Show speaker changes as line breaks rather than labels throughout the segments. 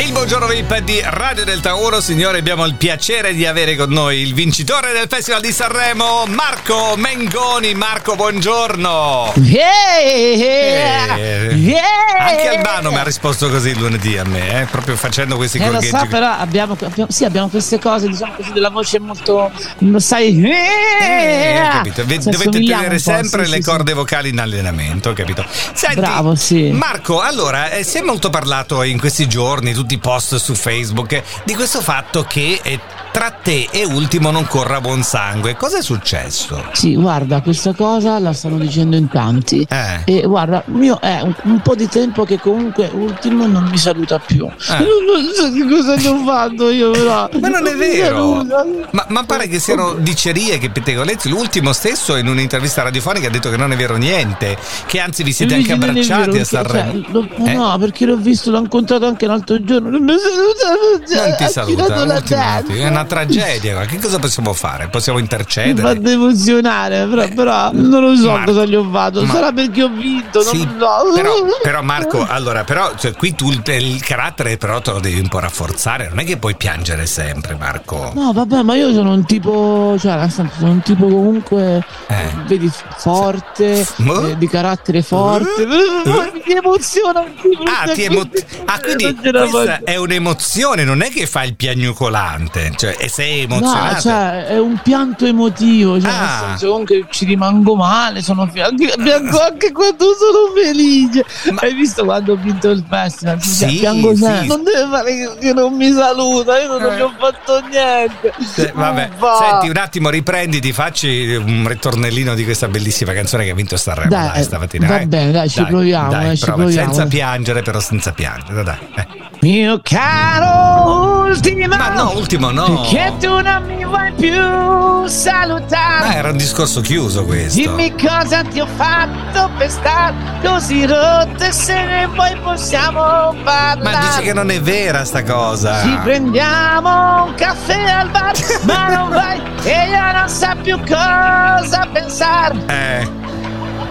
Il buongiorno VIP di Radio Delta 1, signori, abbiamo il piacere di avere con noi il vincitore del Festival di Sanremo, Marco Mengoni. Marco, buongiorno.
Yeah!
Eh,
Yeah!
Anche Albano mi ha risposto così lunedì a me, eh, proprio facendo questi
Eh, lo
gorgheggi.
so, però abbiamo, abbiamo- sì, abbiamo queste cose, diciamo così, della voce molto. lo sai.
Eh, ho capito. Vi-
Ci
Dovete
assomigliamo
tenere
un po',
sempre
sì,
le
sì, sì.
corde vocali in allenamento, ho capito? Senti,
Bravo, sì.
Marco, allora, eh, si è molto parlato in questi giorni, tutti i post su Facebook, eh, di questo fatto che eh, tra te e Ultimo non corra buon sangue. Cosa è successo?
Sì, guarda, questa cosa la stanno dicendo in tanti.
Eh.
E guarda, mio è un, un po' di tempo che comunque ultimo non mi saluta più. Non so che cosa gli ho fatto io, però.
Eh. Ma non è
mi
vero!
saluta.
Ma, ma pare che siano dicerie che pettegolezzi. L'ultimo stesso in un'intervista radiofonica ha detto che non è vero niente, che anzi vi siete anche
Luigi non è
abbracciati
vero,
a Sanremo.
cioè, lo-
Eh?
No, perché l'ho visto, l'ho incontrato anche l'altro giorno. Non mi saluta,
Eh, Non ti
ha
saluta,
girato la
l'ultimo attimo.
testa.
è una tragedia. Ma che cosa possiamo fare? Possiamo
Mi fa
intercedere?
emozionare, però, però non lo so
Eh, Marco,
cosa gli ho fatto.
ma-
Sarà perché ho vinto,
Sì,
non lo so.
però, però Marco, allora, però cioè, qui tu il, il carattere però te lo devi un po' rafforzare, non è che puoi piangere sempre Marco.
No, vabbè, ma io sono un tipo, cioè, nel senso, sono un tipo comunque,
Eh.
vedi, forte,
Ma?
eh, di carattere forte.
Eh?
Mi emoziona un po', cioè,
Ah, ti emo- ah, quindi
non ce la
questa
faccio.
è un'emozione, non è che fa il piagnucolante, cioè e sei emozionato.
No, cioè, è un pianto emotivo, cioè,
Ah.
nel senso comunque ci rimango male, sono fi- anche, piango anche quando sono felice.
Ma-
Hai visto quando ho vinto il festival? Cioè,
Sì,
piango
sì.
sempre. Non deve fare che, che non mi saluta, io non gli ho fatto niente.
Eh, vabbè,
Oh, va.
senti un attimo, riprenditi, facci un ritornellino di questa bellissima canzone che ha vinto Sanremo
Dai,
dai, stamattina.
va
eh.
bene, dai, ci proviamo,
dai,
eh, ci
prova,
proviamo.
Senza piangere, però senza piangere, dai. eh.
Mio caro ultima,
Ma no, ultimo no.
perché tu non mi vuoi più salutare.
Ma Ah, era un discorso chiuso questo.
Dimmi cosa ti ho fatto per star così rotta e se ne vuoi possiamo parlare.
Ma dici che Ah. non è vera sta cosa.
Ci prendiamo un caffè al bar, ma non vai e io non so più cosa pensare.
Eh,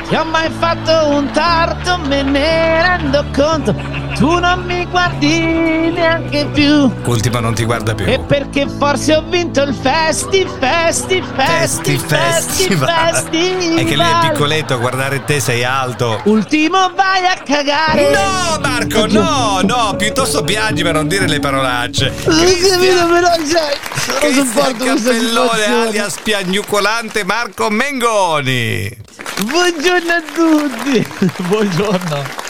Ti ho mai fatto un torto, me ne rendo conto. Tu non mi guardi neanche più.
ultima non ti guarda più.
E perché forse ho vinto il festi, festi,
Festi,
festi, festi,
festival.
festi.
È che lei è piccoletto, a guardare te sei alto.
Ultimo vai a cagare.
No, Marco, no, no, piuttosto piangi per non dire le parolacce.
Capito,
Cristian,
però cioè, non
Cristian
sopporto questa
Cappellone
situazione.
alias piagnucolante Marco Mengoni.
Buongiorno a tutti. Buongiorno.